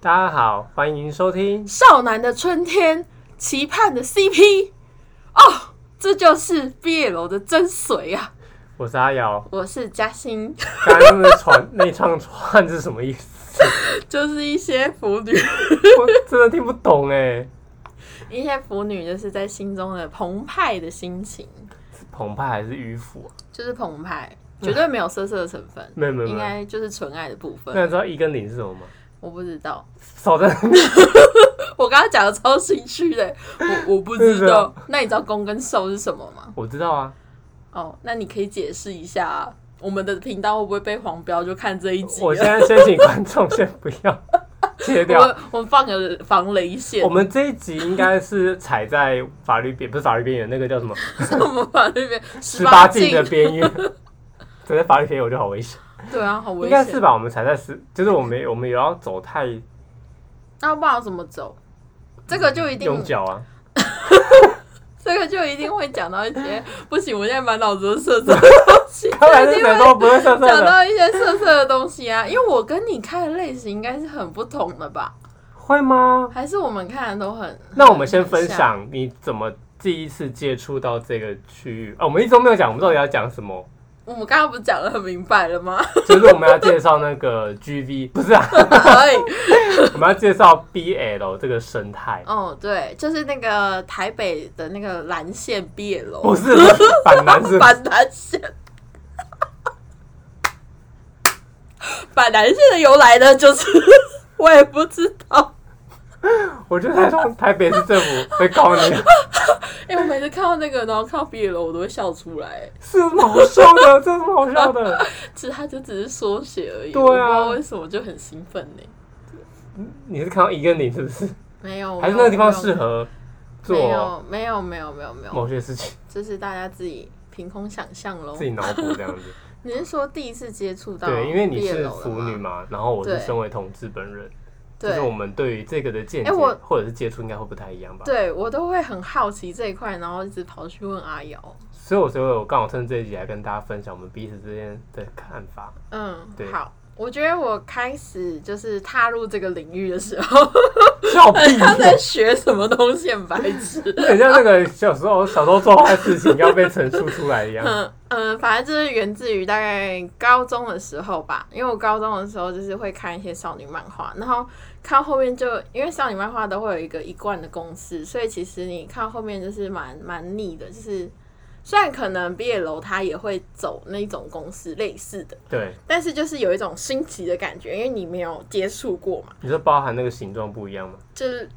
大家好，欢迎收听。少男的春天，期盼的 CP 哦，这就是 BL 的真髓啊！我是阿瑶。我是嘉欣， 刚刚那个传那一串串是什么意思？就是一些腐女，我真的听不懂哎。一些腐女就是在心中的澎湃的心情，是澎湃还是迂腐啊？就是澎湃，绝对没有色色的成分，没有没有应没有。该就是纯爱的部那分。你知道一跟零是什么吗？我不知道，少在 我刚刚讲的超心虚的，我我不 知道。啊那你知道攻跟受是什么吗？我知道啊，哦，那你可以解释一下、啊我们的频道会不会被黄标？就看这一集了。我现在先请观众先不 要切掉。我我们放个防雷线，我们这一集应该是踩在法律边，不是法律边缘，那个叫什么 我们把那边十十八八禁的边 缘。踩在法律边缘我就好危险，对啊，好危应该是险。吧？我们踩在十，就是我们我们也要走太那不然怎么走？这个就一定用，脚啊。这个就一定会讲到一些 不行，我现在满脑子都是色色的东西，刚才是一定谁会都不会上色讲的，到一些色色的东西啊。因为我跟你看的类型应该是很不同的吧？会吗？还是我们看的都很……那我们先分很像，享你怎么第一次接触到这个区域啊？我们一直都没有讲，我们到底要讲什么？ 我们刚刚不是讲的很明白了吗？就是我们要介绍那个 GV，不是啊，哎我们要介绍 BL 这个生态，哦，对，就是那个台北的那个蓝线毕业楼，不是板男是板南线。板南线的由来呢， 就是我也不知道，我觉得台中台北市政府会告你，因为哎我每次看到那个，然后看到毕业楼，我都会笑出来。是有什么好笑的？这有什么好笑的？其实它就只是缩写而已，对啊我不知道为什么就很兴奋呢、你是看到一跟零是不是？没有，还是那个地方适是合没做哦有，没有，没有，没有，没有，某些事情，这是大家自己凭空想象喽自。己脑补这 样子？你是说第一次接触到对，因为你毕业是楼了腐吗女，嘛，然后我是对身为同志本人。就是我对，们对于这个的见解、哎我或者是接触应该会不太一样吧。对我都会很好奇这一块，然后一直跑去问阿瑶。所以我所以我刚好趁这一集来跟大家分享我们彼此之间的看法。嗯对，好，我觉得我开始就是踏入这个领域的时候，笑屁！他在学什么东西，很白痴。很像那个小时候小时候做坏事情要被陈述出来一样。嗯嗯，反正就是源自于大概高中的时候吧，因为我高中的时候就是会看一些少女漫画，然后看后面就因为少女漫画都会有一个一贯的公式，所以其实你看后面就是蛮蛮腻的，就是虽然可能毕业楼它也会走那种公式类似的，对，但是就是有一种新奇的感觉，因为你没有接触过嘛，你说包含那个形状不一样吗？就是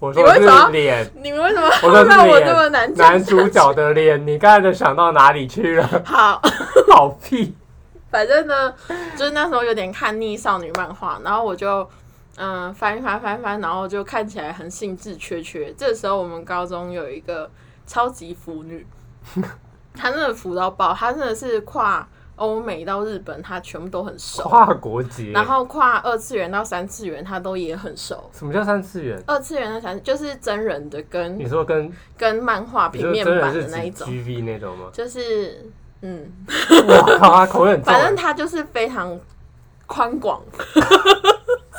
我说你为什么是脸，你们为什么我说让我是这么脸，难讲男主角的脸，你刚才能想到哪里去了？好，好屁！反正呢，就是那时候有点看腻少女漫画，然后我就嗯翻一翻翻一翻，然后就看起来很兴致缺缺。这时候我们高中有一个超级腐女，她真的腐到爆，她真的是跨欧美到日本，她全部都很熟，跨国节，然后跨二次元到三次元，她都也很熟。什么叫三次元？二次元的才就是真人的跟你说跟跟漫画你平说面真的版是的指那一种，？GV 那种吗 就是嗯，哇靠，他口味很重反欸，正它就是非常宽广，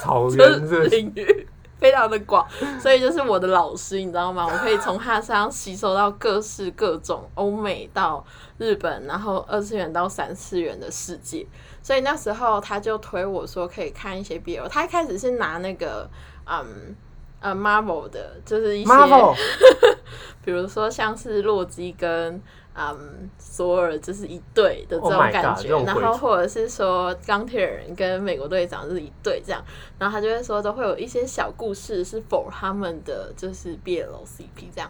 草就原是是领域 非常的广，所以就是我的老师，你知道吗？我可以从他身上吸收到各式各种欧美到日本，然后二次元到三次元的世界。所以那时候他就推我说可以看一些 BL，他一开始是拿那个嗯。呃、m a r v e l 的，就是一些 Marvel 比如说像是洛基跟嗯索尔，就是一对的这 Oh 种 my 感 God，觉这种然鬼后畜或者是说钢铁人跟美国队长是一对这样，然后他就会说都会有一些小故事是否他们的就是 BL CP 这样，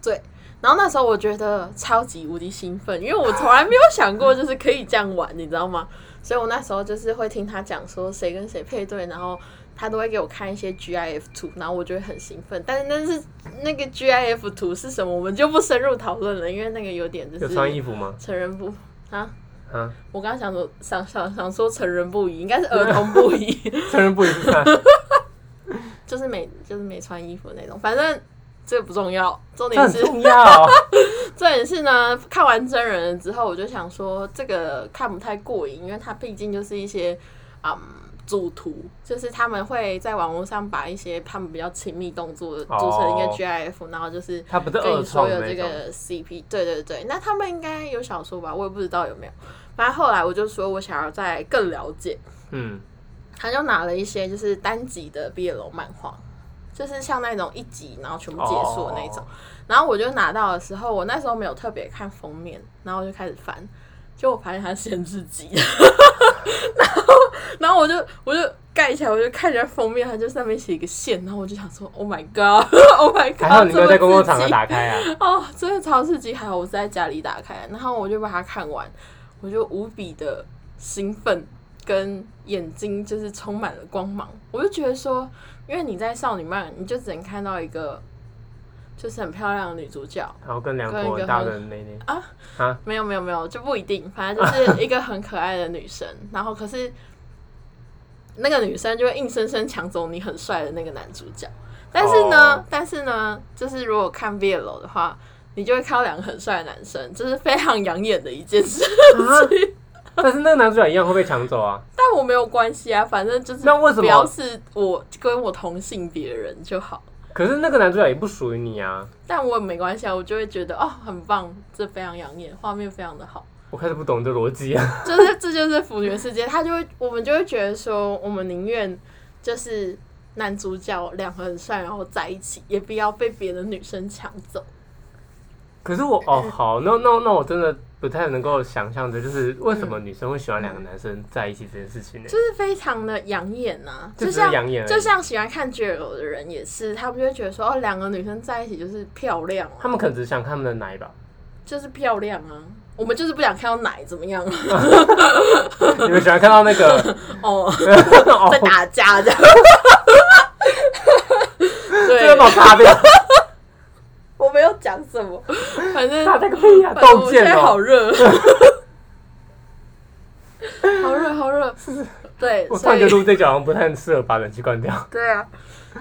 对。然后那时候我觉得超级无敌兴奋，因为我从来没有想过就是可以这样玩，你知道吗？所以我那时候就是会听他讲说谁跟谁配对，然后他都会给我看一些 GIF 图，然后我就会很兴奋。但是但是那个 GIF 图是什么，我们就不深入讨论了，因为那个有点就有是穿衣服吗？成人部啊。啊，我刚刚想说想想想说成人不宜，应该是儿童不宜， 成人不一定穿。就是没就是没穿衣服那种，反正。这个不重要，这重点很是重要。啊重点是呢，看完真人了之后，我就想说这个看不太过瘾，因为它毕竟就是一些嗯主图，就是他们会在网络上把一些他们比较亲密动作哦组成一个 GIF，、然后就是它不是跟二你说创有的这那种，个 CP，对对对，那他们应该有小说吧，我也不知道有没有。反正后来我就说我想要再更了解，嗯，他就拿了一些就是单集的 BL 漫画，就是像那种一集然后全部结束的那种。哦然后我就拿到的时候，我那时候没有特别看封面，然后我就开始翻，结果我发现它是限制级， 然后然后我就我就盖起来，我就看着封面，它就上面写一个线，然后我就想说，Oh my God，Oh my God，还好你没有在公共场这合么刺激打开啊， 哦，真的超刺激！还好我是在家里打开，然后我就把它看完，我就无比的兴奋，跟眼睛就是充满了光芒。我就觉得说，因为你在少女漫，你就只能看到一个就是很漂亮的女主角，然后跟两跟一坨个很大很的妹 妹，啊没有没有没有，就不一定，反正就是一个很可爱的女生。 然后可是那个女生就会硬生生抢走你很帅的那个男主角。但是呢哦但是呢，就是如果看 BL 的话，你就会看到两个很帅的男生，这、是非常养眼的一件事。 啊但是那个男主角一样会被抢走啊，但我没有关系啊，反正就是那为什么不要是我跟我同性别的人就好。可是那个男主角也不属于你啊，但我也没关系啊，我就会觉得哦，很棒，这非常养眼，画面非常的好。我开始不懂这逻辑啊， 就是这就是腐女世界，他就会我们就会觉得说，我们宁愿就是男主角两个很帅，然后在一起，也不要被别的女生抢走。可是我嗯哦好，那那那我真的不太能够想象的，就是为什么女生会喜欢两个男生在一起这件事情呢？就是非常的养眼呐、就只就是像养眼而已就像喜欢看 GL 的人也是，他们就会觉得说，哦，两个女生在一起就是漂亮啊，他们可能只想看他们的奶吧？ 就是漂亮啊。我们就是不想看到奶怎么样啊 你们喜欢看到那 个 哦，哦在，打 架这样。这个对把，我擦 掉，我没有讲什么，反正打这个屁啊，反正洞 我现见在哦！ 好热，好热，好热。对，我突所然觉以得录这集好像不太适合把冷气关掉。 对啊，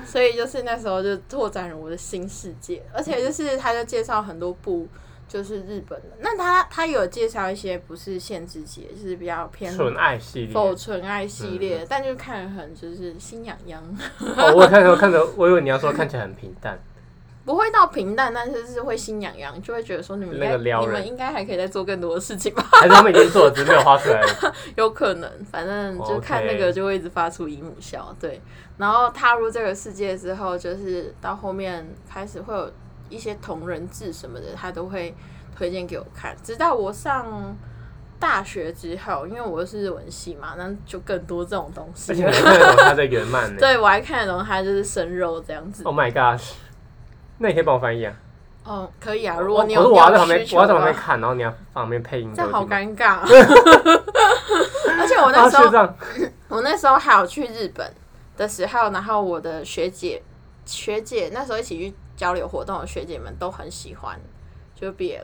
所以就是那时候就拓展了我的新世界，而且就是他就介绍很多部就是日本的，那他他有介绍一些不是限制级的，就是比较偏纯爱系列，否哦，纯爱系列，但就看得很就是心痒痒，哦我有看着看着，我以为你要说看起来很平淡，不会到平淡，但是是会心痒痒，就会觉得说你们应那该个撩你们人应该还可以再做更多的事情吧。还是他们已经做了，只是没有花 出来而已。有可能，反正就哦 OK 看那个就会一直发出姨母笑。啊对，然后踏入这个世界之后，就是到后面开始会有一些同人志什么的，他都会推荐给我看。直到我上大学之后，因为我是日文系嘛，那就更多这种东西而。 且你看得懂它的原漫呢。对，我还看得懂他就是生肉这样子。 Oh my gosh！那你可以帮我翻译啊？嗯，可以啊，我如果你可是有我要在旁要需边，求我要在的旁边话，看，然后你要旁边配音给这我样听。好尴尬。 而且我那啊，时候学长，我那时候还有去日本的时候，然后我的学姐学姐那时候一起去交流活动的学姐们都很喜欢，就 BL，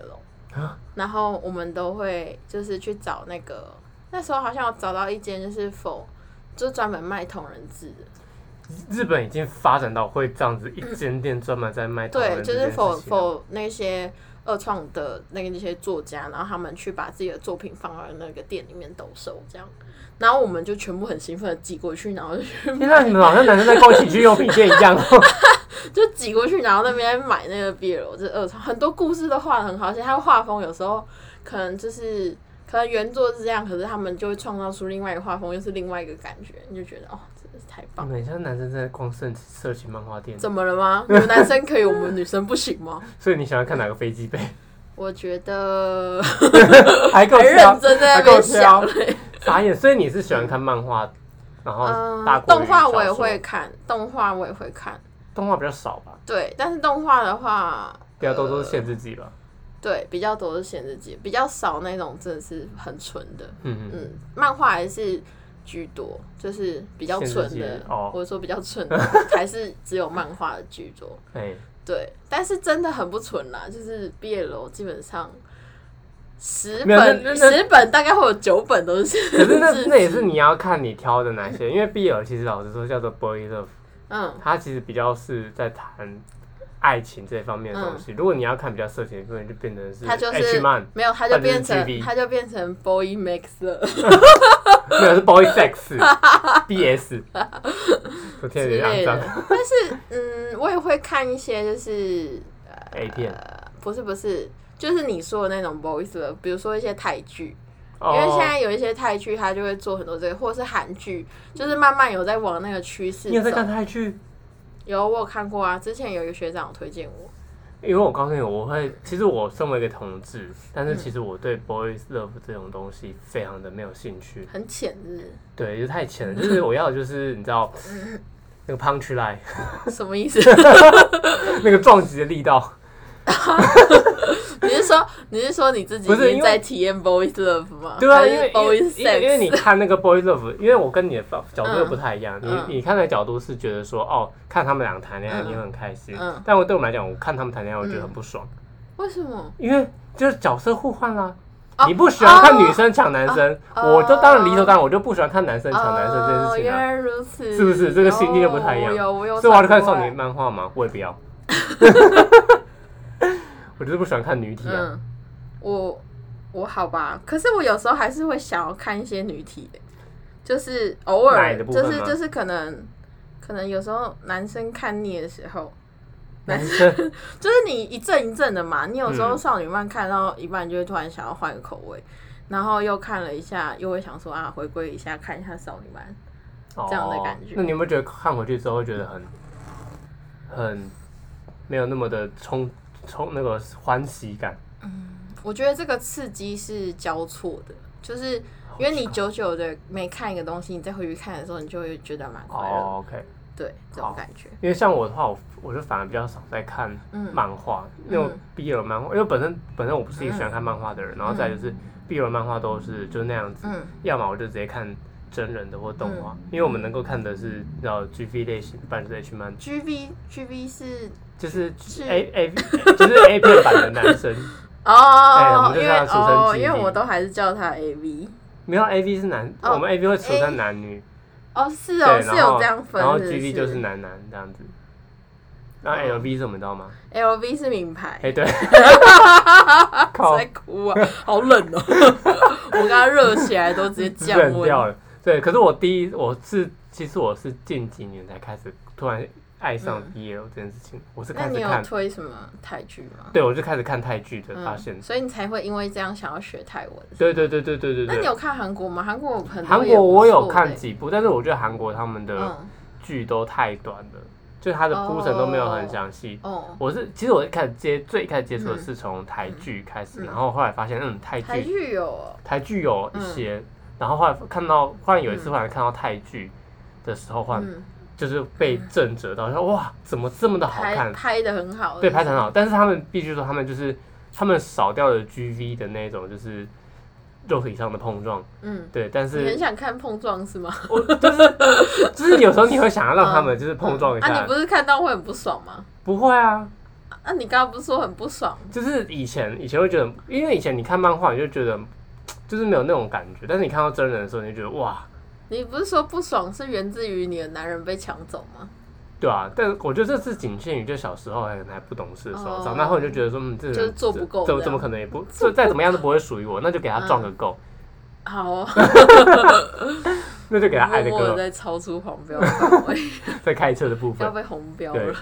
然啊后我们都会就是去找那个那时候好像有找到一间就是否就专门卖同人志的，日本已经发展到会这样子，一间店专门在卖同对，人这就是件事情啊。否否那些二创的那个那些作家，然后他们去把自己的作品放到那个店里面兜售这样，然后我们就全部很兴奋的寄过去，然后就去天啊，你们好像男生在逛情趣用品店一 样哦。就挤过去，然后那边买那个 BL，这二创呃很多故事都画的很好，而且他画风有时候可能就是可能原作是这样，可是他们就会创造出另外一个画风，又是另外一个感觉，你就觉得哦，真的是太你棒！了。们很像男生在逛社社群漫画店，怎么了吗？你们男生可以，我们女生不行吗？所以你喜欢看哪个飞 机杯？我觉得 还够很挑认，真在那边想嘞。傻眼。所以你是喜欢看漫画，然后哦大嗯，过于动画我也小说会看，动画我也会看，动画比较少吧，对，但是动画的话，比较多都是限制级吧。对，比较多是限制级，比较少那种真的是很纯的。嗯嗯，嗯，漫画还是居多，就是比较限纯制的级，哦我说比较 纯的，还是只有漫画的居多。哎，对，但是真的很不纯啦，就是毕业楼基本上十没有那那本那十本大概会有九本都 是，可是那那也是你要看你挑的哪些，因为 BL 其实老实说叫做 boy love，嗯，它其实比较是在谈爱情这方面的东西。如果你要看比较色情的部分，就变成是他就是 H man，没有，他就反正是变成 TV 他就变成 boy mix 了没有是 boy sex，BS。昨之天有点类肮脏的。但是，嗯，我也会看一些，就是，A 片，不是不是，就是你说的那种 boys love，比如说一些泰剧，因因为现在有一些泰剧，它就会做很多这个，或者是韩剧，就是慢慢有在往那个趋势你有在看走。泰剧？有我有看过啊，之前有一个学长有推荐我，因为我告诉你，我会，其实我身为一个同志，但是其实我对 boys love 这种东西非常的没有兴趣。很浅日， 对，就太浅了，就是我要的就是 你知道那个 punch line，什么意思？那个撞击的力道。哦你是说你是说你自己不已是因经为在体验 boys love 吗？对啊，还是因为因为 boys 因为因为 sex 你看那个 boys love，因为我跟你的角角度又不太一样，嗯你你看的角度是觉得说哦，看他们俩谈恋爱嗯你会很开心，嗯但我对我们来讲，我看他们谈恋爱我觉得很不爽，为什么？因为就是角色互换啦。哦你不喜欢看女生抢男生，哦我就当然理所当然，我就不喜欢看男生抢男生这件哦，事情原啊。来如此，是不是这个心境就不太一样有有我有所以我要去转看过啊少来女漫画嘛，我也不 要。我就是不喜欢看女体啊。嗯，我我好吧，可是我有时候还是会想要看一些女体的，就是偶奶尔，的部分就吗是就是可能可能有时候男生看腻的时候，男生就是你一阵一阵的嘛，你有时候嗯少女漫看到一半就会突然想要换个口味。然后又看了一下，又会想说啊，回归一下看一下少女漫， 这样的感哦觉那你有没有觉得看回去之后会觉得很很没有那么的冲冲那个欢喜感？我觉得这个刺激是交错的，就是因为你久久的没看一个东西，你再回去看的时候，你就会觉得蛮快乐的，哦，OK，对这种感觉。因为像我的话，我我就反而比较少在看嗯嗯漫画，那种 BL 漫画，因为本身本身我不是一个喜欢看漫画的人，然后再就是 BL 漫画都是就那样子，嗯要么我就直接看真人的或动画，因为我们能够看的是然后 GV 类型，半是 H 漫， ，G V G V 是就是是 A A 就是 A 片版的男生，哎我哦们，就因是为它的俗称哦， GV 因为我都还是叫他 A V。没有啊 A V 是男，哦我们 A V 会出，A 成男女。哦，是对，哦，然是后有这样分然后是 G 不 V 是哦就是男男这样子，那 L V 是什么你知道吗？ L V 是名牌， 哎，对，靠在，哭啊，好冷哦！ 我刚刚热起来都直接降冷温，掉了。对，可是我第一我是其实我是近几年才开始突然爱上 BL 这件事情，我是嗯那开始你有看，推什么泰剧吗？对我就开始看泰剧的，发现嗯，，所以你才会因为这样想要学泰文。对对对对对对那你对。有看韩国吗？韩国有很多韩也国不我有错看的几部，但是我觉得韩国他们的嗯剧都太短了，就它的铺陈都没有很详细。哦，我是其实我一开始接最一开始接触的是从台剧开始，然后后来发现嗯泰台剧剧有哦台剧有一些，然后后来看到忽然有一次忽然看到泰剧的时候，忽然嗯，就是被震折到，说哇怎么这么的好拍看，拍的很好，对是不拍是得很好，但是他们必须说他们就是他们少掉了 GV 的那种就是肉体上的碰撞，嗯，对，但你很是想看碰撞是吗？我就是就是有时候你会想要让 他们就是碰撞一啊，下你，不是看到会很不爽吗？不会啊，啊，你刚刚不是说很不爽？就是以前以前会觉得，因为以前你看漫画你就觉得嗯就是没有那种感觉，但是你看到真人的时候，你就觉得哇，你不是说不爽是源自于你的男人被抢走吗？对啊。但我觉得这是仅限于就小时候还哎还不懂事的时候，哦长大后你就觉得说，嗯，这人就是做不够怎么这样嗯怎么可能也不这再怎么样都不会属于我，那就给他撞个够，好哦，那就给他爱的 默默的歌，在超出黄标范围， 在开车的部要分。被红标对了。，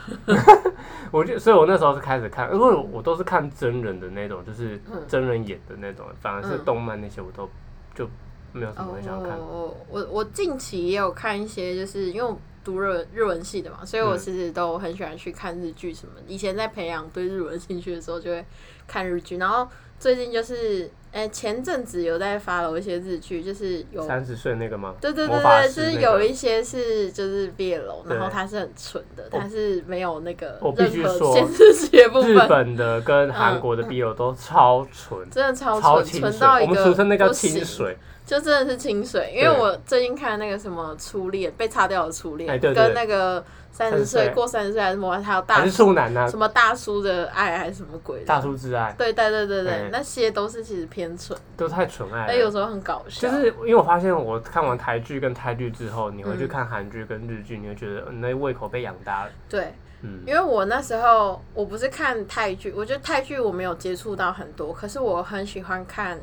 我就所以，我那时候是开始看，因为我都是看真人的那种，就是 嗯真人演的那种，反而是嗯动漫那些我都就没有什么很想看。哦，我我近期也有看一些，就是因为我读日文日文系的嘛，所以我嗯其实都很喜欢去看日剧什么的。以前在培养对日文兴趣的时候，就会看日剧。然后最近就是，哎、前阵子有在发了一些日剧，就是有三十岁那个吗？对对魔对法对，师就是那有个一些是就是毕业楼，然后对它是很纯的，我它是没有那个我必须任何说限制级的部日分，嗯本的跟韩国的 BL 都超纯，真的超超纯，清纯水到，一我们俗个称那叫不清行，水，就真的是清水，因为我最近看那个什么初恋被擦掉的初恋，哎对对跟那个三十30岁岁过三十岁还是什么，还有大还是处男呐、什么大叔的爱还是什么鬼的，大叔之爱对对对对对，哎那些都是其实偏蠢，都太纯爱但有了。时候很搞笑。就是因为我发现，我看完台剧跟泰剧之后，你回去嗯看韩剧跟日剧，你会觉得、嗯那胃口被养大了。对，嗯，因为我那时候我不是看泰剧，我觉得泰剧我没有接触到很多，可是我很喜欢看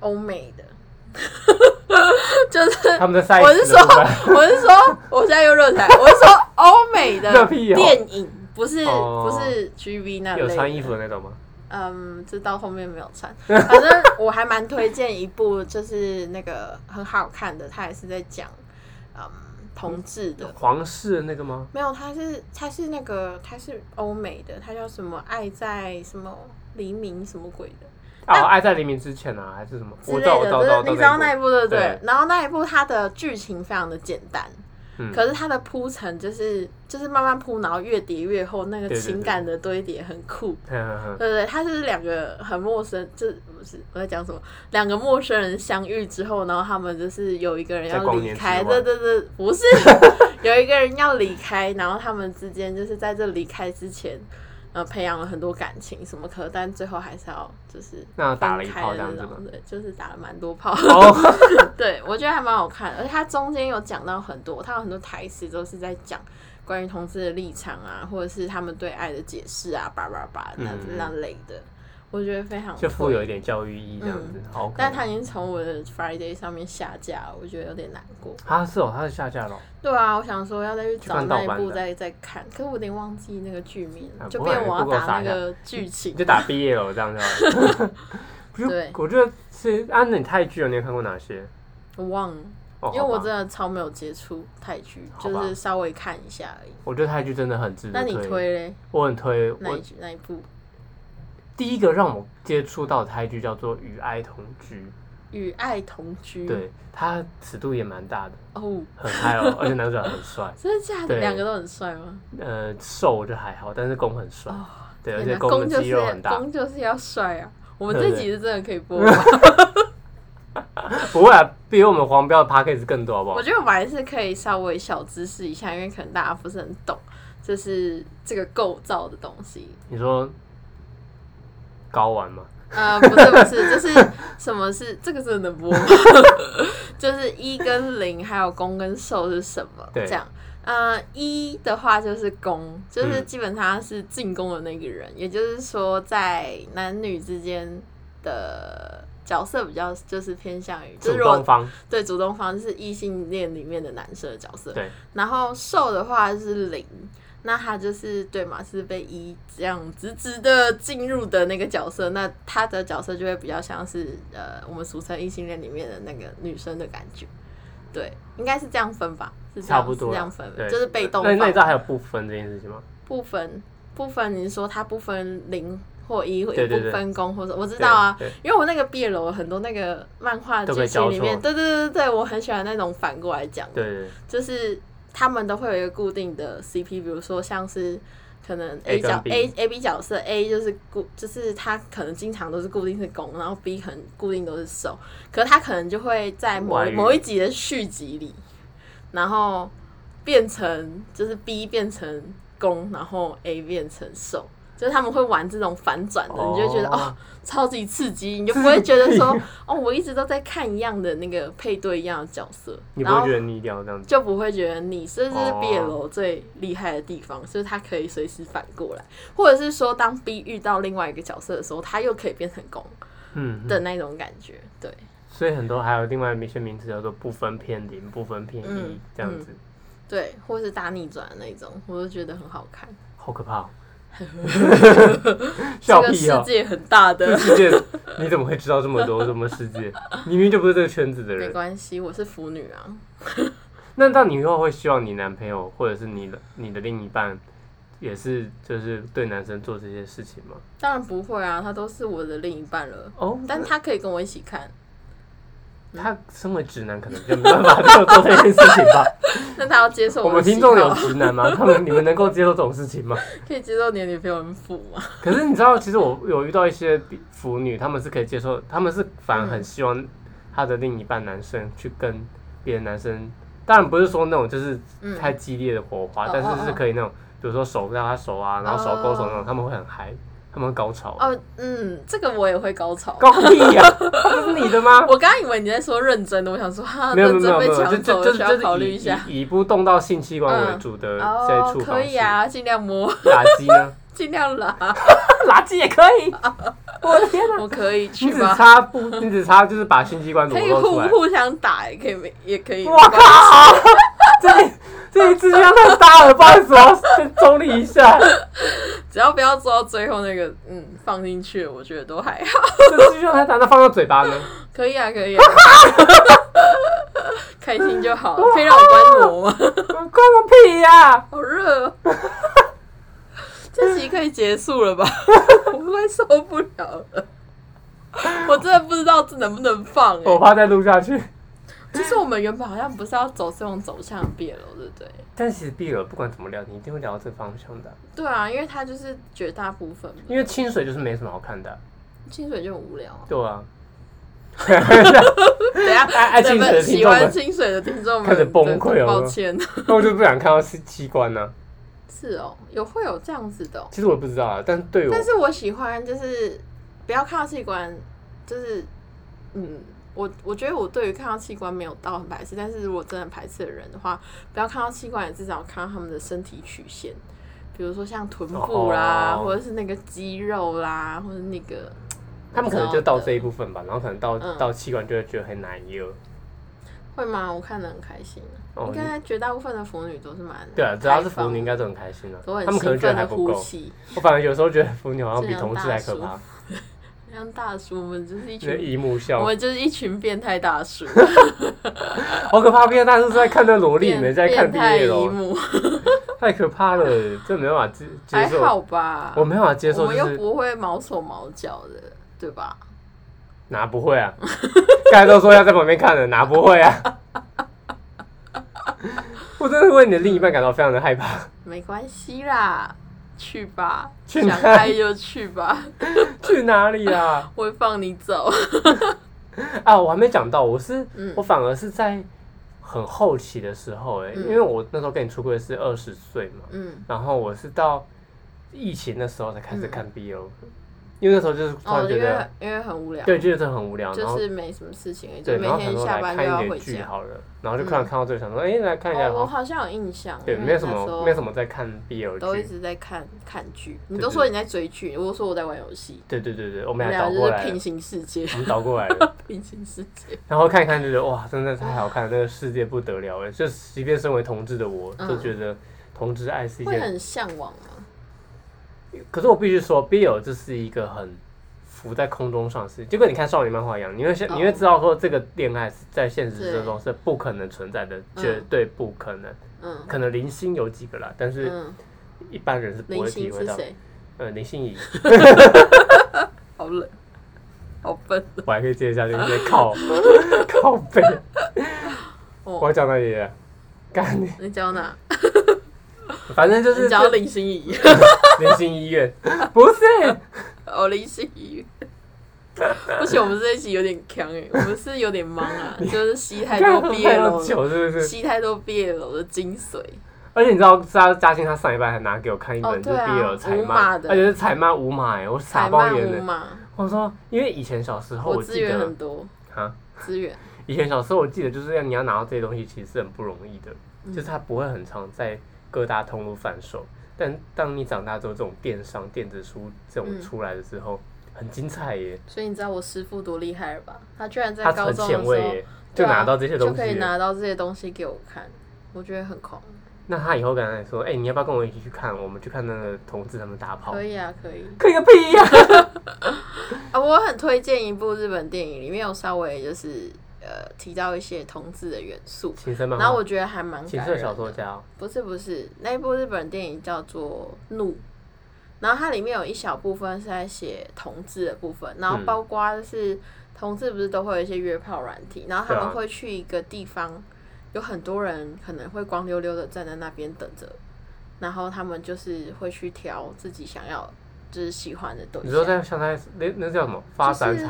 欧美的， 就是他们的赛嗯我是事的部分，我是说，我现在又热起来，我是说欧美的热屁哦电影，不是哦不是 G V 那类有的穿衣服的那种吗？嗯，这到后面没有穿。反正我还蛮推荐一部，就是那个很好看的，它也是在讲嗯同志的。皇室的那个吗？没有，它是它是那个它是欧美的，它叫什么爱在什么黎明什么鬼的。哦，爱在黎明之前啊，还是什么？之我类知道，我知道，我知的，道，就是你知道那那一一部部对不对？对然后那一部它的剧情非常的简单，嗯可是它的铺陈就是就是慢慢铺，然后越叠越厚，那个对对对情感的堆叠很酷。嗯嗯嗯对对，他是两个很陌生，这不是我在讲什么？两个陌生人相遇之后，然后他们就是有一个人在要光离年之开，外对对对，不是 有一个人要离开，然后他们之间就是在这离开之前，呃，培养了很多感情什么可，但最后还是要就是那打了分一开炮的这样子种吗？ 对，就是打了蛮多炮。哦，对，我觉得还蛮好看的，而且它中间有讲到很多，它有很多台词都是在讲关于同志的立场啊，或者是他们对爱的解释啊，叭叭叭那嗯那类的，我觉得非常就不富错有一点教育意义这样子。好，OK，嗯但它已经从我的 Friday 上面下架了，我觉得有点难过。啊是哦，它是下架了哦。对啊，我想说要再去去找看那盗一版部的再再看，可是我有点忘记那个剧名了，啊就不会变我要 Google 打那查一下个剧情你。 就打 BL 哦这样就好了。 不对是，我觉得是啊，那你泰剧有你有看过哪些？我忘了，哦，因为我好吧真的超没有接触泰剧，好就吧是稍微看一下而已。我觉得泰剧真的很值得那你推嘞？我很推。哪我一哪一部？第一个让我接触到的泰剧叫做《与爱同居与爱同居。》，对，它尺度也蛮大的，哦，很嗨哦，而且男主角很帅。真的假的？对两个都很帅吗？呃，瘦我觉得还好，但是攻很帅，哦对，而天且哪攻公的就肌是肉很大。公就是要帅啊！我们对这对集是真的可以 播吗，不会啊，比我们黄标的 p a c k a g e 更多，好不好我？觉得我们还是可以稍微小知识一下，因为可能大家不是很懂，就是这个构造的东西。你说睾丸吗？呃，不是不是， 就是什么是这个真的能播吗？ 就是一跟零，还有公跟受是什么？对这样。呃，一的话就是攻，就是嗯基本上是进攻的那个人，也就是说，在男女之间的角色比较就是偏向于，就主是如果动方对主动方就是异性恋里面的男生的角色，对，然后瘦的话是零，那他就是对嘛，是被一这样直直的进入的那个角色，那他的角色就会比较像是呃我们俗称异性恋里面的那个女生的感觉，对，应该是这样分吧，是这样差不多啦是这样分，对就是被动那那你方知道还有不分这件事情吗？不分不分，你是说他不分零或一，或对对不对分工或者我知道啊对对，因为我那个毕业楼很多那个漫画都剧被交情里面，错对对对对对，我很喜欢那种反过来讲的，对对对就是他们都会有一个固定的 CP，比如说像是可能 A A 跟角 B A A B 角色 A 就是固，就是他可能经常都是固定是攻，然后 B 可能固定都是守，可是他可能就会在某外遇某一集的续集里，然后变成就是 B 变成攻，然后 A 变成守。就是他们会玩这种反转的，你就会觉得哦哦，超级刺激，你就不会觉 得说哦，我一直都在看一样的那个配对一样的角色，你不然后会觉得你一定要这样子？就不会觉得你这就是哦 BL 最厉害的地方，就是它可以随时反过来，或者是说当 B 遇到另外一个角色的时候，他又可以变成攻嗯，的那种感觉。对，所以很多还有另外一些名词叫做不分偏零、不分偏嗯一这样子，对，或是大逆转的那种，我就觉得很好看。好可 怕、哦！这笑个屁世哦！界很大这 的，世界你怎么会知道这么多？什么世界？你明明就不是这个圈子的没人。关系，我是腐女啊。那那你以后会希望你男朋友或者是你的你的另一半也是就是对男生做这些事情吗？当然不会啊，他都是我的另一半了，哦，嗯但他可以跟我一起看，他身为直男可能就没办法做做这件事情 吧。但他要接受我的们喜听众有好，直男吗？他们你们能够接受这种事情 吗？可以接受你的女朋友很腐吗？可嗯是你知道，其实我有遇到一些比腐女，她们是可以接受，她们是反而很希望她他的另一半男生去跟别的男生，当然不是说那种就是嗯太激烈的火花，哦但哦是是哦可以那种，比如说手拉手啊，然后手勾手那种，哦他们会很嗨，他们会高潮。哦，嗯，这个我也会高潮。高屁 呀、这是你的吗？我刚刚以为你在说认真的，我想说哈，啊没有认没有没真被有没有，就抢就就走了，是需要就是考虑以呃一下。以以不动到性器官为主的接哦触，方可式以。啊，尽量摸，垃圾 呢？尽量拉，垃圾也可 以。我的天哪！我可以你去 只吧？差不，你只差就是把性器官裸可以露出互来。互相打，也可以没，也可以。我靠！这这一支枪太大了，不好意思，我要先中立一 下。只要不要做到最后那个，嗯，放进去，我觉得都还好。 这支枪太大，那放到嘴巴呢？ 可以啊，可以啊，开心就好，可以让我观摩吗？关个屁呀、好热、哦， 这集可以结束了吧？ 我快受不了了，我真的不知道这能不能放、欸。我怕再录下去。其实我们原本好像不是要走这种走向 BL，对不对？但其实毕了，不管怎么聊，你一定会聊到这方向的啊、对啊，因为它就是绝大部分因为清水就是没什么好看的啊、清水就很无聊啊、对啊。等一下， 爱爱清水的听喜众们欢，清水的听众们开始崩溃了对抱歉，那我就不想看到器器官呢、是哦，有会有这样子的哦、其实我也不知道啊，但对我但是我喜欢就是不要看到器官，就是嗯，我我觉得我对于看到器官没有到很排斥，但是如果真的排斥的人的话，不要看到器官，也至少看到他们的身体曲线，比如说像臀部啦，哦或者是那个肌肉啦，或者那个他们可能就到这一部分吧，然后可能到、嗯到器官就会觉得很难受。会吗？我看得很开心、啊。哦应该绝大部分的腐女都是蛮对啊，只要是开腐放女应该都很开心啊，都很他们可能兴觉得奋还的不呼够。吸，我反而有时候觉得腐女好像比这样同志大还可叔怕，像大叔，我们就是一就是群，姨母我笑，们就是一群变态大叔，好可怕！变态大叔是在看那萝莉，变没在看变毕态业姨了，母，太可怕了，这没办法接接还好受，吧？我没办法接啊我受，们就又是不会毛手毛脚的，对吧？哪不会啊？ 刚才都说要在旁边看了，哪不会啊？ 我真的为你的另一半感到非常的害怕， 没关系啦，去吧，去哪想开就去吧， 去哪里啊？我会放你走。啊，我还没讲到，我是、嗯我反而是在很后期的时候、欸，哎、嗯因为我那时候跟你出柜是二十岁嘛，嗯，然后我是到疫情的时候才开始看 BL，、因为那时候就是突嗯哦，然觉因得为，因为很无聊，对，觉得很无聊，然就后是没什么事情，也对，就每然后想天说下来班就看要一回点剧家。嗯好了，然后就看到看到这个，想说，哎、来看一下，哦，我好，好像有印象，对，因为没有什那时么候没什么在看 BL 都一剧，直在看看剧。你对都对说你在追剧，我说我在玩游戏，对对对对，我我们们俩倒俩就过是来了平，行世界， 我们倒过来了。平行世界。然后看一看就觉得哇，真的太好看了，那个世界不得了哎！就即便身为同志的我，嗯都觉得同志爱是一会件。很向往啊吗？可是我必须说，BL 这是一个很浮在空中上的事情，就跟你看少女漫画一样，你会想，哦你会知道说这个恋爱是在现实之中是不可能存在的，嗯绝对不可能。嗯可能零星有几个啦，但是嗯，一般人是不林会体星会是到。谁？呃，林心怡，好冷，好笨我还可以接一下，就是 靠靠背，哦。我讲到也干你，你讲哪？反正就你是讲林心怡，林心医院， 不是。 哦，林心 怡。不行，我们这一集有点强哎，我们是有点忙啊，就是吸太多看 BL 太多了，酒是不是？吸太多 BL 的精髓。而且你知道，嘉嘉欣她上一班还拿给我看一哦本就是对啊 BL 采无骂，码的而且是采骂无码哎，我傻彩爆漫眼无哎！嘛，我说，因为以前小时候我资记源得很多，啊，资源。以前小时候我记得就是要你要拿到这些东西其实是很不容易的，嗯就是它不会很常在各大通路贩售。但当你长大之后，这种电商、电子书这种嗯出来的时候，很精彩耶，所以你知道我师傅多厉害了吧？他居然在它高很中前的时卫候耶，就拿到这些对东啊就可以西耶。拿到这些东西给我看，我觉得很狂。那他以后跟他说，哎，你要不要跟我一起去看？我们去看那个同志他们打炮可。以啊，可以可以个屁 呀、啊！我很推荐一部日本电影，里面有稍微就是呃提到一些同志的元素，情深漫然后画，我觉得还蛮情感色人小说的。家哦、不是不是，那一部日本电影叫做《怒》，然后它里面有一小部分是在写同志的部分，然后嗯包括就是、同志不是都会有一些约炮软体，然后他对啊们会去一个地方，有很多人可能会光溜溜的站在那边等着，然后他们就是会去挑自己想要就是喜欢的对你说象。在像在那那叫什么发展场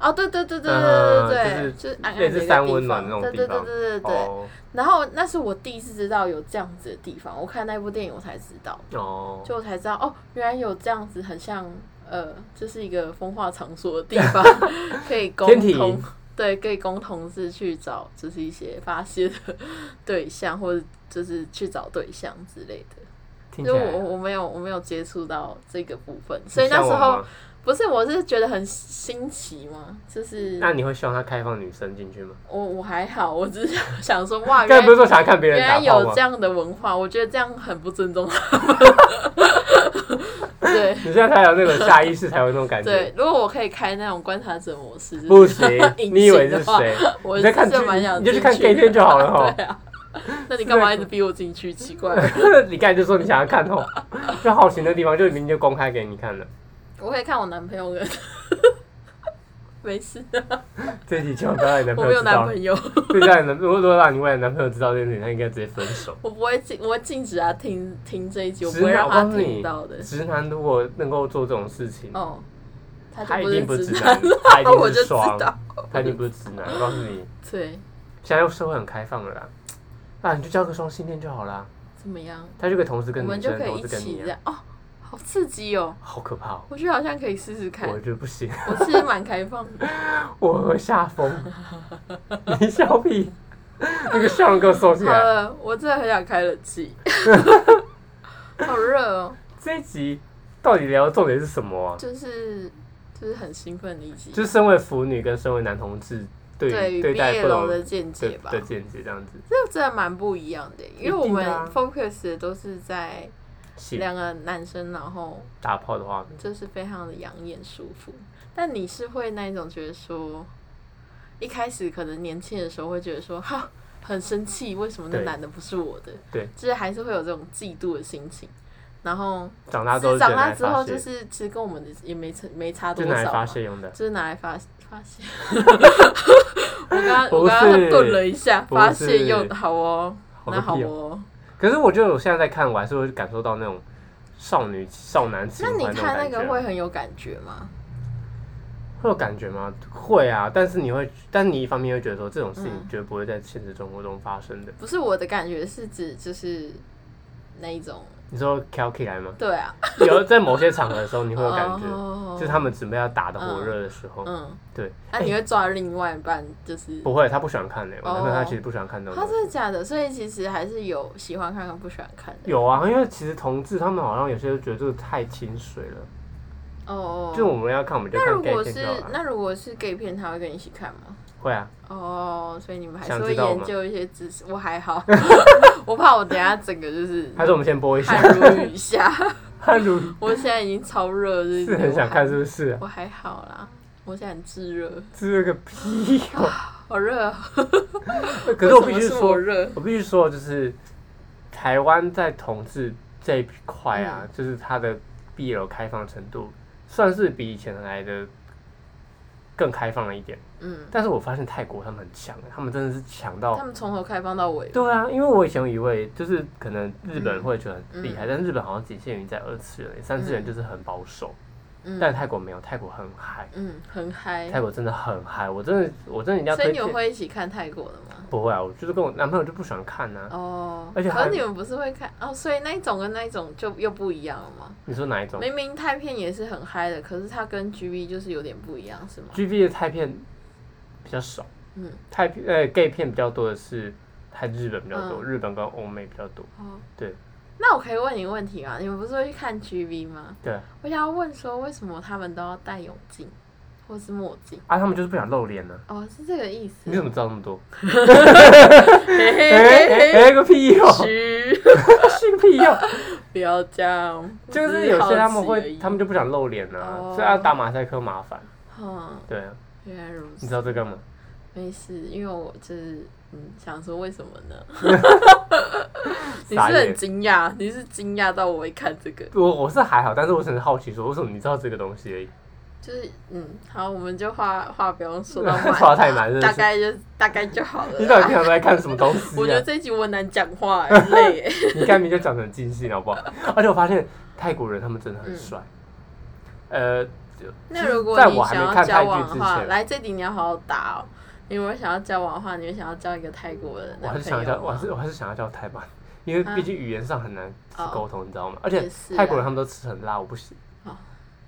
哦、哦，对对对对对对嗯对对，就是是暗暗的类一似个三地温暖方那种对地对方对对对对。哦然后那是我第一次知道有这样子的地方，我看那部电影我才知道，哦，就我才知道哦，原来有这样子很像呃，这是一个风化场所的地 方，可以供天体同对，可以供同事去找，就是一些发泄的 对象，或者就是去找对象之类的。听起就来我我没有我没有接触到这个部分，所以那向时往候吗不是我是觉得很新奇嘛，就是那你会希望他开放女生进去吗？我我还好，我只是 想说哇，刚才原不是来说想要看别人原来打炮有吗这？样的文化，我觉得这样很不尊重 他们。对你现在才有那种下意识才有那种感觉对，，如果我可以开那种观察者模式，不行 隐，你以为是形的话谁？ 我你是在看真剧的蛮想你就去看进去 gay 片就好了哈。对啊，那你干嘛一直逼我进去？奇怪， 你刚才就说你想要看哦，就好奇的地方，就明天就公开给你看了。我可以看我男朋友的。没事，这题千万不要让你男我朋没友有知道男。朋友，对，让你男，如果说让你未来男朋友知道这件事情，他应该直接分手。我不会禁，我会禁止他听听这一集，我不直会男，让啊我他告诉听你到的，。直男如果能够做这种事情，哦，他他就一不定不是是直直男男，，他一 我定就是知道双，。他一定不是直男。我告诉你，对，现在社会很开放了啦，啊，你就交个双性恋就好啦，怎么样？他就可以同时我跟们女就生，可以同一时跟起你这啊，样哦，好刺激哦！好可怕哦！我觉得好像可以试试看我，觉得不行，我其实蛮开放 的。我会吓疯。你笑屁，那个笑容给我收起好来。了，我真的很想开冷 气，好热哦，这一集到底聊的重点是什么啊？就是就是很兴奋的一集，就是身为腐女跟身为男同志对对于于对待不 BL 同的见解吧，的见解这样子。这真的蛮不一样的，因为我一们定的啊 focus 的都是在喜两个男生，然后打炮的画面，就是非常的养眼舒服。但你是会那一种觉得说，一开始可能年轻的时候会觉得说，哈，很生气，为什么那对男的不是我的？对，就是还是会有这种嫉妒的心情。然后，长大之只后是长大之后，就就是是其实跟我们的也没差没差多拿来少发嘛，泄用的，就是拿来发 发泄。我刚刚我不刚刚是顿了一下，不发泄是用好哦，好那个好屁哦！哦。可是我觉得我现在在看，我还是会感受到那种少女少男情那怀你种看那感个觉。啊会很有感觉吗？会有感觉吗？会啊，但是你会，但你一方面会觉得说这种事情嗯绝对不会在现实生活中发生的。不是我的感觉是指就是那一种，你说 c a l c u l 来吗？对啊，有在某些场合的时候，你会有感觉，哦就是他们准备要打的火热的时候，嗯，对，那、你会抓另外一半，就是不会，他不喜欢看的、我男朋友他哦其实不喜欢看这种他东西。真的假的？所以其实还是有喜欢看跟不喜欢看的。有啊，因为其实同志他们好像有些就觉得这个太清水了，哦哦，就我们要看我们就那看如 gay 果片是就好了。那如果是 gay 片，他会跟你一起看吗？会啊，哦，所以你们还是想会知道吗研究一些知识。我还好， 我怕我等一下整个就是还是我们先播一下汗如雨下。 汉如我现在已经超热，就是很想看是不是啊？我还。我还好啦，我现在很炙热，这个屁 哦！好热。可是我必为须什么是我说，热，我必须说，就是台湾在同志这一块啊，嗯就是它的 BL 开放程度，算是比以前来的更开放了一点。嗯，但是我发现泰国他们很强，欸他们真的是强到他们从头开放到尾。对啊，因为我以前有一位就是可能日本会觉得很嗯厉害，但日本好像仅限于在二次元，三次元就是很保守。嗯但泰国没有，泰国很嗨，嗯，很嗨。泰国真的很嗨，我真的我真的一定要所以推你们荐。会一起看泰国的吗？不会啊，我就是跟我男朋友就不喜欢看啊呐、哦，而且可还是你们不是会看哦，所以那一种跟那一种就又不一样了吗？你说哪一种明明泰片也是很嗨的，可是它跟 G V 就是有点不一样，是吗？ ？G V 的泰片比较少，嗯，泰片呃 gay 片比较多的是还日本比较嗯多，日本跟欧美比较多。哦，对。那我可以问你问题吗？你们不是会去看 G V 吗？对啊，我想要问说，为什么他们都要戴泳镜或是墨镜？啊他们就是不想露脸呢、哦，是这个意思你。怎么知道那么多？嘿哎嘿嘿哎嘿哎个屁哟、嘘， 是个屁哟、 不要这样。就是有些他们啊我只是好奇而会，已他们就不想露脸啊，哦所以要打马赛克麻烦。嗯，对啊，原来如你此知。道这干嘛？没事，因为我就是嗯，想说为什么 呢？你是傻眼很惊讶，你是惊讶到我会看这个，我我是还好，但是我只是好奇说，为什么你知道这个东西而已？就是嗯，好，我们就话话不用说到 满，说得太满是不是大概就大概就好你了。到底平常都在看什么东西我觉得啊？这一集我很难讲话、欸，很累、 欸。你干明就嗯讲得很尽兴好不好？而且我发现泰国人他们真的很帅，呃，就那如果在你我还想没要看泰交剧往的之话，前来这题你要好好答哦。你如果想要交往的话，你会想要交一个泰国的我男还是朋想友要，我还吗？是我还是想要叫泰版，因为啊毕竟语言上很难去哦沟通，你知道吗？而且也是啊泰国人他们都吃很辣，我不行。哦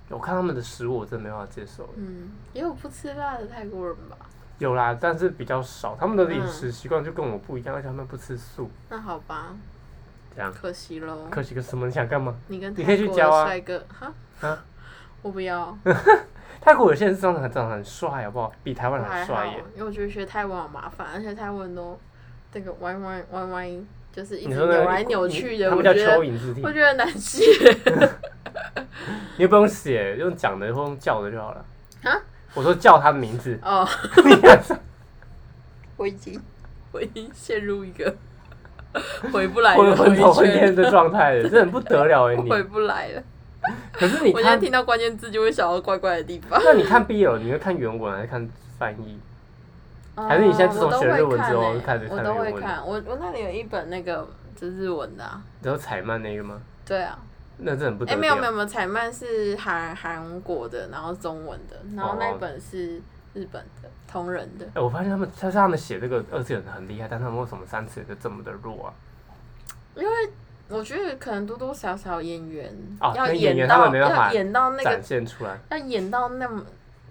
我看他们的食物，我真的没办法接受。嗯，也有不吃辣的泰国人吧？有啦，但是比较少，他们的饮嗯食习惯就跟我不一样，而且他们不吃素，那好吧，这样可惜喽。可惜个什么？你想干嘛？你跟你可泰以去国交的啊帅哥哈？啊我不要，泰国有些人是长得很长得很帅，好不好？比台我湾人还还好帅耶。，因为我觉得学泰文好麻烦，而且泰文都这个弯弯弯弯，就是一你直说那个扭来扭去的，他我们叫觉蚯得蚓字体我，觉得难 写。你又不用写，用讲的或用叫的就好了。 啊？，我说叫他的名字 哦，你还是我已经我已经陷入 一个回不来昏的昏头回昏圈天，的状态了，这很不得了 哎！你回不来了。可是你我现在看，听到关键字就会想到怪怪的地方。那你看 BL，你会看原文还是看翻译？还是你现在自从哦我都学日会文之后看开欸始我看都日会文看。我我那里有一本那个就是日文的、啊，你知道彩漫那个吗？对啊。那真的很不哎、得了。没有没有没有，彩漫是韩韩国的，然后中文的，然后那一哦本是日本的同人的，哎我发现他们，但是他们写这个二次元很厉害，但他们为什么三次元就这么的弱啊？因为我觉得可能多多少少演员、哦要跟演员他到们没办要法演到那个展现出来，要演到那么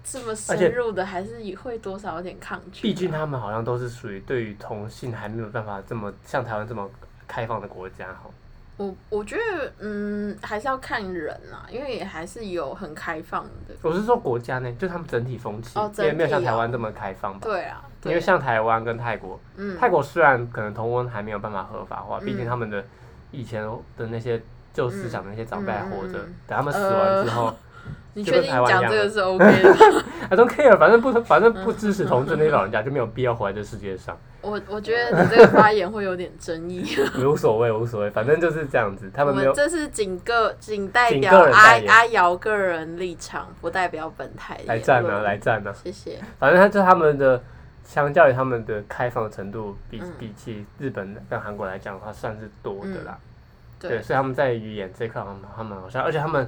这么而且深入的，还是会多少有点抗拒。啊毕竟他们好像都是属于对于同性还没有办法这么像台湾这么开放的国家哈。我我觉得嗯，还是要看人啊，因为也还是有很开放的。我是说国家呢，就他们整体风气哦，整也没有体像台哦湾这么开放吧。对啊，因对为像台湾跟泰国，嗯，泰国虽然可能同婚还没有办法合法化，毕竟嗯他们的以前的那些旧思想的那些长辈还活着嗯嗯呃嗯，等他们死完之后你就确跟定台湾一讲样这啊个是 OK 的吗？ ，I don't care，反正不反正嗯不支持同志那些老人家就没有必要活在这世界上，我我觉得你这个发言会有点争议。无所谓无所谓，反正就是这样子， 他我们没们有这是仅个仅代仅表个人阿代言阿瑶个人立场，不代表本台的来言战啊论来，战啊，谢谢。反正他就他们的。相较于他们的开放程度比，比嗯起日本跟韩国来讲的话，算是多的啦。嗯对对，所以他们在语言这一块，他们他们好像，而且他们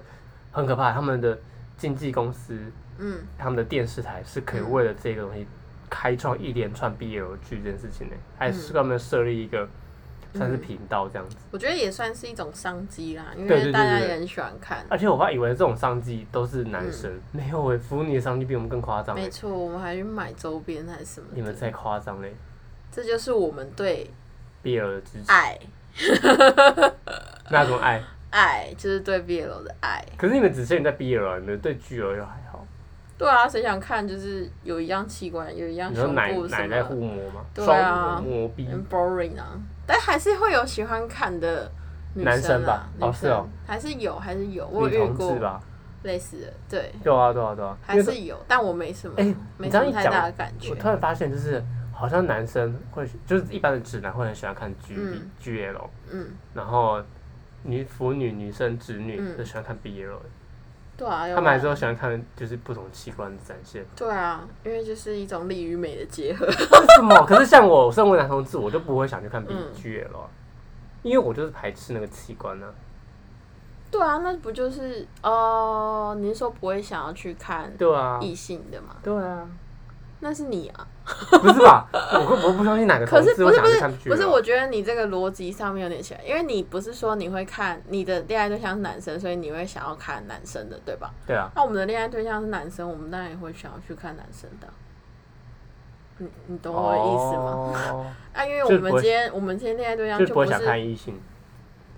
很可怕，他们的经纪公司嗯，他们的电视台是可以为了这个东西开创一连串 BL 剧这件事情呢、还嗯是专门设立一个算是频道这样子。我觉得也算是一种商机啦，因对对对为大家对也很喜欢看。而且我爸以为这种商机都是男生， 没有欸诶、腐女的商机比我们更夸张、嗯没欸，错，我们还去买周边还是什么你们的，才夸张欸嘞这就是我们对！BL 的支持爱那种爱，爱，就是对 BL 的爱。可是你们只限于在 BL，啊，你们对 GL 又还好。对啊，谁想看就是有一样器官，有一样你说胸奶部什奶在么互，摸吗？对双啊乳摸逼，很 boring 啊。但还是会有喜欢看的女男生生啦吧女哦是哦生还是有，还是有，我女有遇同过志吧？类似的，对，对啊，对啊，对啊，因还为是有，但我没什么，哎你没什这样么一太讲大的感觉我。突然发现，就是好像男生会，就是一般的直男会很喜欢看 G、嗯 G L，嗯，然后女腐女、女生直女嗯就喜欢看 B L，、对啊，有他们还啊是都喜欢看就是不同器官的展现。对啊，因为就是一种力与美的结合。 为什么？可是像我身为男同志，我就不会想去看 B 嗯 G L，、啊因为我就是排斥那个器官啊呢、对啊，那不就是哦？你是说不会想要去看对啊，异性的吗？对啊，那是你啊。不是吧？我我不相信哪个同可是志不会是想不去看是 G L，啊不是？我觉得你这个逻辑上面有点奇怪，因为你不是说你会看你的恋爱对象是男生，所以你会想要看男生的，对吧？对啊，那我们的恋爱对象是男生，我们当然也会想要去看男生的。你你懂我的意思吗？吗？啊，因为哦就是我们不会今天我们今天恋爱对象就就不会是想看异性。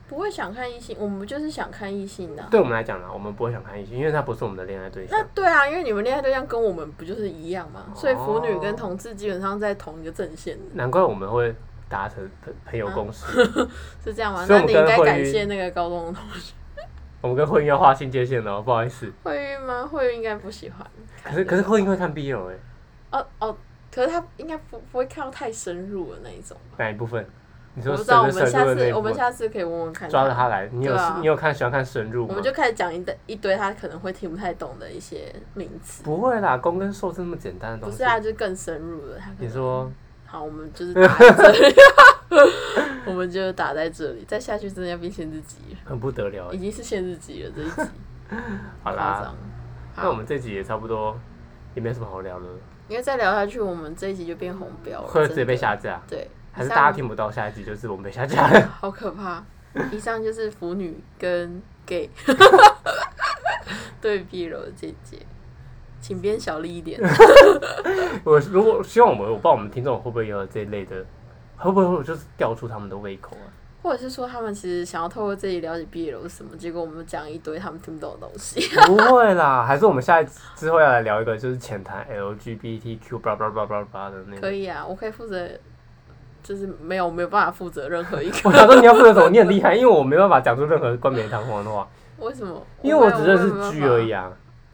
不会想看异性，我们就是想看异性的啊。对我们来讲呢，我们不会想看异性，因为他不是我们的恋爱对象那。对啊，因为你们恋爱对象跟我们不就是一样吗？所以腐女跟同志基本上在同一个阵线，难怪我们会达成朋朋友共嗯识。是这样吗？所以那我你们应跟该慧感玉谢那个高中的同学 我们跟慧英要划清界限哦了，不好意思。慧玉吗？慧玉应该不喜欢可看这是个。可是慧英会看 BL 哎、哦哦，可是他应该不不会看到太深入的那一种吧。哪一部分？你我说不知神道，我的们深下入的那一次我部们分，下次可以问问看。抓着他，来。你有、对啊你有看喜欢看深入我吗们？就开始讲一堆一堆他可能会听不太懂的一些名词。不会啦，攻跟受是那么简单的东不西。是啊，就是更深入的。他可你能说好，我 们就是打在这里，我们就打在这里，再下去真的要变限制级了，很不得了、已欸。经是限制级了这一集， 好夸啦，张。那我们这集也差不多，也没有什么好聊的了，因为再聊下去，我们这一集就变红标了，或者直接真的被下架，对，还以是上大家听不到下一集就是我们被下架了。 好可怕。以上就是腐女跟 gay 对碧柔姐姐，请变小力一点。我如果希望我们，我不知道我们听众会不会也有这一类的，会不会就是吊出他们的胃口啊？或者是说他们其实想要透过这里了解 BL 是什么，结果我们讲一堆他们听不懂的东西。不会啦， 还是我们下一次之后要来聊一个就是浅谈 LGBTQ 叭叭叭叭叭的那可个。以啊，我可以负责，就是没有没有办法负责任何一个。我想说你要负责什么？你很厉害，因为我没办法讲出任何冠冕堂皇的 话，为什么？ 因为我只认识剧 G 而已。啊。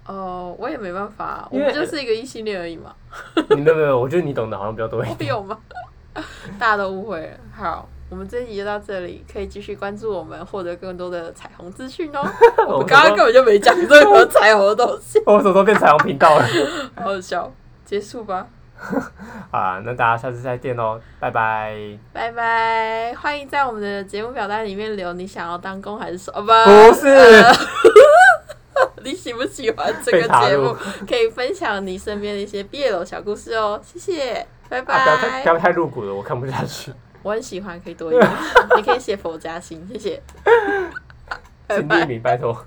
哦，我也没办法、我因为们就是一个异性恋而已 嘛。你没有没有，我觉得你懂得好像比较多一点。我有吗？ 大家都误会了。好，我们这一集就到这里，可以继续关注我们，获得更多的彩虹 资讯哦。我们刚刚根本就没讲任何彩虹的东西，我什么时候变彩虹频道了？ 好好笑。结束吧，啊，那大家下次再见喽，拜拜。拜拜！欢迎在我们的节目表单里面留你想要当公还是受，啊不不，是，啊你喜不喜欢这被个查节目入？可以分享你身边的一些 BL 小故事哦，谢谢，拜啊，不要太拜不。要太露骨了，我看不下去。我很喜欢，可以多一点， 你可以写佛家心，谢谢，拜请拜匿。名，拜托。